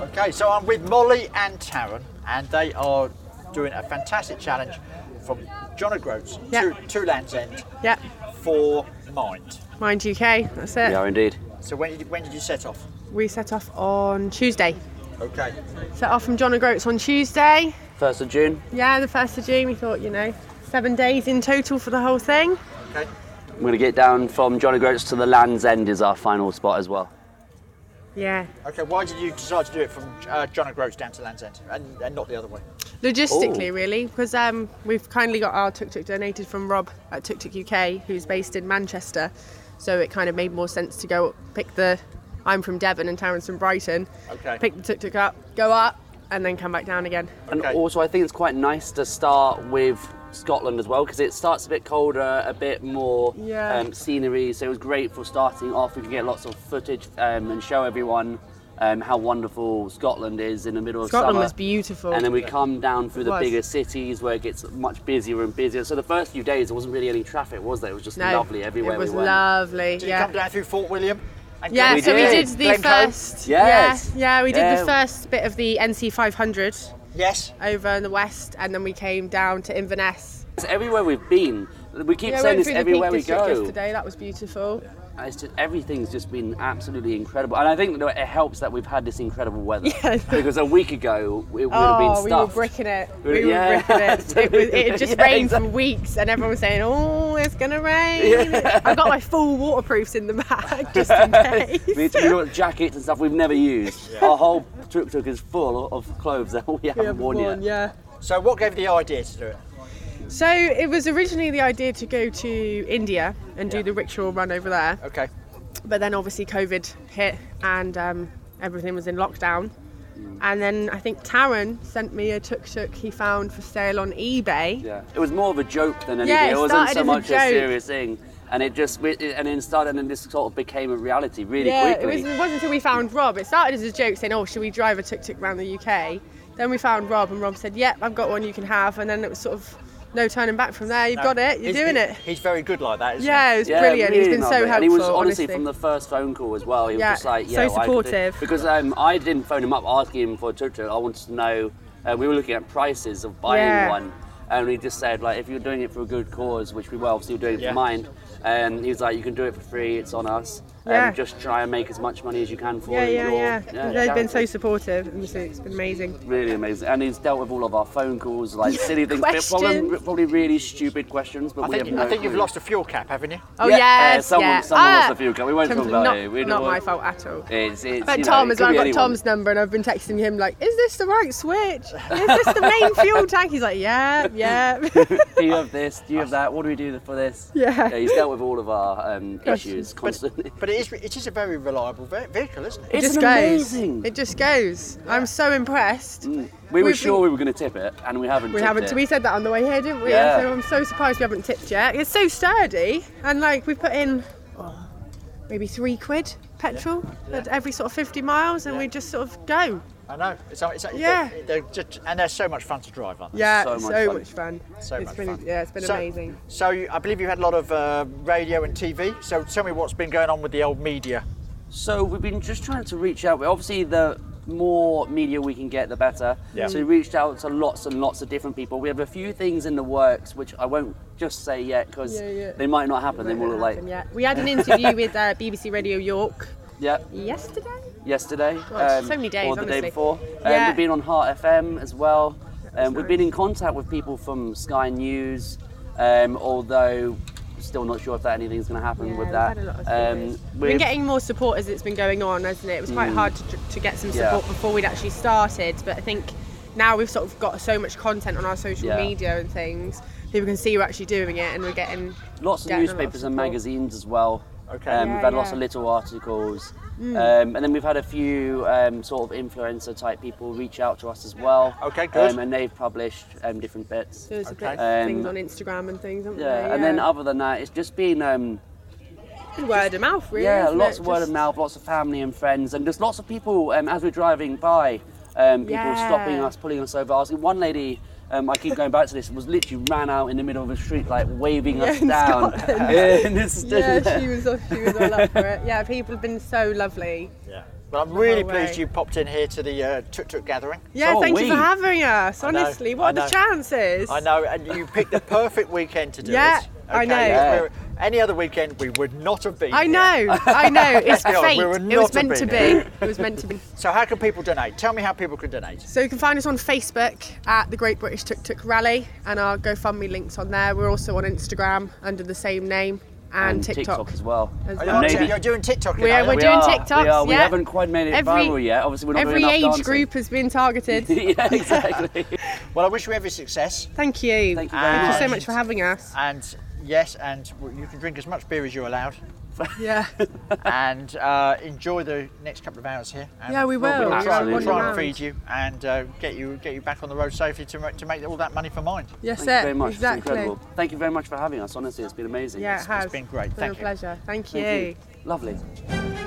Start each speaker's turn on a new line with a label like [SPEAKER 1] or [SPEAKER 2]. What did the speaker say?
[SPEAKER 1] Okay, so I'm with Molly and Taryn, and they are doing a fantastic challenge from John O'Groats
[SPEAKER 2] Yeah.
[SPEAKER 1] to, to Land's End
[SPEAKER 2] Yeah,
[SPEAKER 1] for Mind.
[SPEAKER 2] Mind UK, that's it.
[SPEAKER 3] We are indeed.
[SPEAKER 1] So when did, when did you set off?
[SPEAKER 2] We set off on Tuesday.
[SPEAKER 1] Okay.
[SPEAKER 2] Set off from John O'Groats on Tuesday.
[SPEAKER 3] 1st of June,
[SPEAKER 2] Yeah, the 1st of June, we thought, you know, seven days in total for the whole thing.
[SPEAKER 1] Okay.
[SPEAKER 3] I'm going to get down from John O'Groats to the Land's End is our final spot as well.
[SPEAKER 2] Yeah.
[SPEAKER 1] Okay. Why did you decide to do it from uh, John O'Groats down to Land's End and, and not the other way?
[SPEAKER 2] Logistically,
[SPEAKER 3] Ooh.
[SPEAKER 2] really, because um, we've kindly got our tuk tuk donated from Rob at Tuk Tuk UK, who's based in Manchester. So it kind of made more sense to go pick the. I'm from Devon and Taryn's from Brighton.
[SPEAKER 1] Okay.
[SPEAKER 2] Pick the tuk tuk up, go up, and then come back down again.
[SPEAKER 3] And
[SPEAKER 1] Okay.
[SPEAKER 3] also, I think it's quite nice to start with Scotland as well because it starts a bit colder, a bit more
[SPEAKER 2] Yeah.
[SPEAKER 3] um, scenery. So it was great for starting off. We could get lots of footage um, and show everyone um, how wonderful Scotland is in the middle of
[SPEAKER 2] Scotland
[SPEAKER 3] summer.
[SPEAKER 2] was beautiful.
[SPEAKER 3] And then we come down through the
[SPEAKER 2] was.
[SPEAKER 3] bigger cities where it gets much busier and busier. So the first few days, there wasn't really any traffic, was there? It was just lovely everywhere
[SPEAKER 2] It was
[SPEAKER 3] we went.
[SPEAKER 2] lovely.
[SPEAKER 1] Did
[SPEAKER 2] yeah.
[SPEAKER 1] you come down through Fort William? And
[SPEAKER 2] Yeah,
[SPEAKER 3] We
[SPEAKER 2] so we
[SPEAKER 3] did.
[SPEAKER 2] did the
[SPEAKER 1] Glencoe?
[SPEAKER 2] first.
[SPEAKER 3] Yes.
[SPEAKER 2] Yeah, yeah, we did
[SPEAKER 3] Yeah.
[SPEAKER 2] the first bit of the NC 500
[SPEAKER 1] Yes.
[SPEAKER 2] over in the west, and then we came down to Inverness.
[SPEAKER 3] It's everywhere we've been. We keep
[SPEAKER 2] yeah, we
[SPEAKER 3] saying
[SPEAKER 2] went
[SPEAKER 3] this
[SPEAKER 2] through the
[SPEAKER 3] everywhere
[SPEAKER 2] Peak
[SPEAKER 3] we
[SPEAKER 2] District
[SPEAKER 3] go.
[SPEAKER 2] yesterday. That was beautiful.
[SPEAKER 3] And It's just everything's just been absolutely incredible, and I think that it helps that we've had this incredible weather.
[SPEAKER 2] Yeah.
[SPEAKER 3] Because a week ago it would have been
[SPEAKER 2] Oh,
[SPEAKER 3] stuffed.
[SPEAKER 2] we were bricking it. We were
[SPEAKER 3] Yeah,
[SPEAKER 2] bricking it. It, was, it had just
[SPEAKER 3] yeah,
[SPEAKER 2] rained
[SPEAKER 3] exactly.
[SPEAKER 2] for weeks, and everyone was saying, "Oh, it's gonna rain." I've got my full waterproofs in the bag just in
[SPEAKER 3] We,
[SPEAKER 2] case.
[SPEAKER 3] we got jackets and stuff we've never used. Our whole tuk tuk is full of clothes that we haven't worn yet.
[SPEAKER 2] yeah.
[SPEAKER 1] So what gave the idea to do it?
[SPEAKER 2] So it was originally the idea to go to India and do the ritual run over there.
[SPEAKER 1] Okay.
[SPEAKER 2] but then obviously COVID hit and um, everything was in lockdown.
[SPEAKER 3] Mm.
[SPEAKER 2] And then I think Taryn sent me a tuk tuk he found for sale on eBay.
[SPEAKER 3] Yeah. It was more of a joke than anything.
[SPEAKER 2] Yeah, it
[SPEAKER 3] it wasn't
[SPEAKER 2] started
[SPEAKER 3] so
[SPEAKER 2] as a
[SPEAKER 3] much
[SPEAKER 2] joke.
[SPEAKER 3] serious thing, and it just we- it- and then started and this sort of became a reality really
[SPEAKER 2] yeah, it,
[SPEAKER 3] quickly.
[SPEAKER 2] was, it wasn't until we found Rob. It started as a joke saying, "Oh, should we drive a tuk tuk around the UK?" Then we found Rob, and Rob said, "Yep, I've got one you can have." And then it was sort of no turning back from there. You've got it. You're
[SPEAKER 1] He's-
[SPEAKER 2] doing
[SPEAKER 1] he-
[SPEAKER 2] it.
[SPEAKER 1] He's very good like that, isn't
[SPEAKER 2] Yeah, it was brilliant. He's
[SPEAKER 3] really
[SPEAKER 2] been so
[SPEAKER 3] lovely.
[SPEAKER 2] helpful.
[SPEAKER 3] And he was honestly,
[SPEAKER 2] honestly
[SPEAKER 3] from the first phone call as well. He was
[SPEAKER 2] Yeah,
[SPEAKER 3] just like,
[SPEAKER 2] so
[SPEAKER 3] yeah, well, I could do-
[SPEAKER 2] supportive.
[SPEAKER 3] Because um, I didn't phone him up asking him for a tuk tuk. I wanted to know. Uh, we were looking at prices of buying
[SPEAKER 2] Yeah.
[SPEAKER 3] one, and he just said like, if you're doing it for a good cause, which we were obviously doing it
[SPEAKER 1] Yeah.
[SPEAKER 3] for mine, um, he was like, you can do it for free. It's on us.
[SPEAKER 2] Yeah.
[SPEAKER 3] Um, just try and make as much money as you can for
[SPEAKER 2] yeah, yeah,
[SPEAKER 3] your.
[SPEAKER 2] yeah. They've been so
[SPEAKER 3] charity.
[SPEAKER 2] supportive, and so it's been amazing.
[SPEAKER 3] Really amazing, and he's dealt with all of our phone calls, like silly things, but probably,
[SPEAKER 2] Questions.
[SPEAKER 3] probably really stupid questions. But
[SPEAKER 1] I
[SPEAKER 3] we
[SPEAKER 1] think,
[SPEAKER 3] have no
[SPEAKER 1] I think you've
[SPEAKER 3] clue.
[SPEAKER 1] lost a fuel cap, haven't you?
[SPEAKER 2] Oh
[SPEAKER 3] Yeah, uh,
[SPEAKER 2] yes,
[SPEAKER 3] someone-
[SPEAKER 2] yeah.
[SPEAKER 3] someone lost a few cup. We won't
[SPEAKER 2] Tom's-
[SPEAKER 3] talk about
[SPEAKER 2] not,
[SPEAKER 3] it. We
[SPEAKER 2] not
[SPEAKER 3] don't-
[SPEAKER 2] my fault at all.
[SPEAKER 3] It's, it's,
[SPEAKER 2] But
[SPEAKER 3] you know,
[SPEAKER 2] Tom
[SPEAKER 3] it
[SPEAKER 2] as
[SPEAKER 3] could
[SPEAKER 2] well. I've
[SPEAKER 3] be
[SPEAKER 2] got
[SPEAKER 3] anyone.
[SPEAKER 2] Tom's number, and I've been texting him like, "Is this the right switch? Is this the main fuel tank?" He's like, "Yeah, yeah."
[SPEAKER 3] do you have this? Do you have that? What do we do for this?
[SPEAKER 2] Yeah.
[SPEAKER 3] he's dealt with all of our um,
[SPEAKER 2] Questions.
[SPEAKER 3] issues constantly.
[SPEAKER 1] But it is, it is a very reliable ve- vehicle, isn't it?
[SPEAKER 2] It just
[SPEAKER 3] an
[SPEAKER 2] goes.
[SPEAKER 3] amazing-
[SPEAKER 2] It just goes. I'm so impressed.
[SPEAKER 3] we were
[SPEAKER 2] we've
[SPEAKER 3] sure
[SPEAKER 2] been-
[SPEAKER 3] we were going to tip it, and we haven't.
[SPEAKER 2] We
[SPEAKER 3] tipped
[SPEAKER 2] haven't.
[SPEAKER 3] It.
[SPEAKER 2] We said that on the way here, didn't we?
[SPEAKER 3] Yeah.
[SPEAKER 2] So I'm so surprised we haven't tipped yet. It's so sturdy, and like we put in oh, maybe three quid petrol at every sort of 50 miles, and we just sort of go.
[SPEAKER 1] I know. It's, it's,
[SPEAKER 2] Yeah.
[SPEAKER 1] They're, they're just, and they're so much fun to drive, aren't they?
[SPEAKER 2] Yeah,
[SPEAKER 3] so
[SPEAKER 2] so,
[SPEAKER 3] much fun.
[SPEAKER 2] much, fun.
[SPEAKER 1] So
[SPEAKER 2] It's
[SPEAKER 1] much
[SPEAKER 2] been,
[SPEAKER 1] fun.
[SPEAKER 2] Yeah, it's been
[SPEAKER 1] So-
[SPEAKER 2] amazing.
[SPEAKER 1] So you, I believe you've had a lot of uh, radio and TV. So tell me what's been going on with the old media.
[SPEAKER 3] So we've been just trying to reach out. Obviously, the more media we can get, the better.
[SPEAKER 1] Yeah.
[SPEAKER 3] So we reached out to lots and lots of different people. We have a few things in the works, which I won't just say yet because
[SPEAKER 2] Yeah, yeah.
[SPEAKER 3] they might not happen. They will look like
[SPEAKER 2] yeah. We had an interview with uh, BBC Radio York
[SPEAKER 3] yeah.
[SPEAKER 2] yesterday.
[SPEAKER 3] yesterday. um,
[SPEAKER 2] God, so many days,
[SPEAKER 3] Or the day
[SPEAKER 2] honestly.
[SPEAKER 3] before. Um,
[SPEAKER 2] Yeah.
[SPEAKER 3] We've been on Heart FM as well. Um, we've
[SPEAKER 2] nice.
[SPEAKER 3] been in contact with people from Sky News, um, although still not sure if that anything's going to happen with that.
[SPEAKER 2] um, we've been
[SPEAKER 3] we've-
[SPEAKER 2] getting more support as it's been going on, hasn't it? It was quite hard to, to get some
[SPEAKER 3] Mm. Yeah.
[SPEAKER 2] support before we'd actually started, but I think now we've sort of got so much content on our social
[SPEAKER 3] Yeah.
[SPEAKER 2] media and things, people can see we're actually doing it, and we're getting
[SPEAKER 3] lots of
[SPEAKER 2] getting a lot of
[SPEAKER 3] newspapers and
[SPEAKER 2] support.
[SPEAKER 3] magazines as well.
[SPEAKER 1] Okay.
[SPEAKER 3] Um,
[SPEAKER 1] Yeah,
[SPEAKER 3] we've had lots
[SPEAKER 2] yeah. Mm.
[SPEAKER 3] of little articles. Um, and then we've had a few um, sort of influencer type people reach out to us as well.
[SPEAKER 1] Okay, good.
[SPEAKER 3] Um, and they've published um, different bits.
[SPEAKER 2] There's a
[SPEAKER 1] Okay.
[SPEAKER 2] bit of
[SPEAKER 3] Um,
[SPEAKER 2] things on Instagram and things, haven't
[SPEAKER 3] yeah.
[SPEAKER 2] there?
[SPEAKER 3] And then other than that, it's just been um,
[SPEAKER 2] word of mouth, really.
[SPEAKER 3] Yeah,
[SPEAKER 2] isn't
[SPEAKER 3] lots
[SPEAKER 2] it?
[SPEAKER 3] of word
[SPEAKER 2] Just-
[SPEAKER 3] of mouth, lots of family and friends, and just lots of people um, as we're driving by, um, people
[SPEAKER 2] Yeah.
[SPEAKER 3] stopping us, pulling us over, asking. One lady, um, I keep going back to this, was literally ran out in the middle of the street, like waving us
[SPEAKER 2] in
[SPEAKER 3] down.
[SPEAKER 2] Scotland.
[SPEAKER 3] Yeah, in this-
[SPEAKER 2] Yeah, she was, she was all up for it. Yeah, people have been so lovely.
[SPEAKER 1] Yeah. Well, I'm really
[SPEAKER 2] whole
[SPEAKER 1] pleased
[SPEAKER 2] way.
[SPEAKER 1] you popped in here to the uh, Tuk Tuk gathering.
[SPEAKER 2] Yeah,
[SPEAKER 3] So are
[SPEAKER 2] thank you for
[SPEAKER 3] we.
[SPEAKER 2] having us.
[SPEAKER 1] know,
[SPEAKER 2] Honestly,
[SPEAKER 1] I
[SPEAKER 2] what are the
[SPEAKER 1] know.
[SPEAKER 2] chances?
[SPEAKER 1] I know, and you picked the perfect weekend to do
[SPEAKER 2] Yeah,
[SPEAKER 1] it.
[SPEAKER 2] I know.
[SPEAKER 1] if we were- Any other weekend, we would not have been.
[SPEAKER 2] I
[SPEAKER 1] here.
[SPEAKER 2] know, I know. It's
[SPEAKER 1] be honest,
[SPEAKER 2] fate.
[SPEAKER 1] we were
[SPEAKER 2] it was
[SPEAKER 1] not a
[SPEAKER 2] meant to be.
[SPEAKER 1] bit.
[SPEAKER 2] It was meant to be.
[SPEAKER 1] So, how can people donate? Tell me how people can donate.
[SPEAKER 2] So you can find us on Facebook at the Great British Tuk Tuk Rally, and our GoFundMe links on there. We're also on Instagram under the same name and, TikTok.
[SPEAKER 3] as well.
[SPEAKER 2] As
[SPEAKER 1] Are
[SPEAKER 2] well.
[SPEAKER 1] you,
[SPEAKER 3] Maybe-
[SPEAKER 1] you're doing TikTok.
[SPEAKER 2] We are-
[SPEAKER 1] now,
[SPEAKER 2] we're
[SPEAKER 1] yeah?
[SPEAKER 3] We
[SPEAKER 2] doing
[SPEAKER 3] are,
[SPEAKER 2] TikToks,
[SPEAKER 3] We, are, we
[SPEAKER 2] yeah.
[SPEAKER 3] haven't quite made it
[SPEAKER 2] Every-
[SPEAKER 3] viral yet. Obviously, we're not
[SPEAKER 2] Every
[SPEAKER 3] doing
[SPEAKER 2] age
[SPEAKER 3] enough dancing.
[SPEAKER 2] group has been targeted.
[SPEAKER 3] yeah, exactly.
[SPEAKER 1] Well, I wish you every success.
[SPEAKER 2] Thank you.
[SPEAKER 3] Thank you very
[SPEAKER 2] Thank you so
[SPEAKER 1] much.
[SPEAKER 2] much for having us.
[SPEAKER 1] And yes, and you can drink as much beer as you're allowed,
[SPEAKER 2] Yeah.
[SPEAKER 1] and uh, enjoy the next couple of hours here. And
[SPEAKER 2] Yeah, we will.
[SPEAKER 1] We'll,
[SPEAKER 3] We're
[SPEAKER 1] try,
[SPEAKER 3] gonna
[SPEAKER 1] we'll try
[SPEAKER 3] wander
[SPEAKER 1] and
[SPEAKER 2] around.
[SPEAKER 1] feed you and uh, get you get you back on the road safely to, ma- to make all that money for mine.
[SPEAKER 2] Yes,
[SPEAKER 3] Thank you very much. It's
[SPEAKER 2] Exactly.
[SPEAKER 3] incredible. Thank you very much for having us. Honestly, it's been amazing.
[SPEAKER 2] Yeah, it
[SPEAKER 3] It's-
[SPEAKER 2] has.
[SPEAKER 1] been great.
[SPEAKER 2] It's
[SPEAKER 1] Thank
[SPEAKER 2] been a
[SPEAKER 1] you.
[SPEAKER 2] pleasure. Thank you.
[SPEAKER 3] Thank you. Lovely.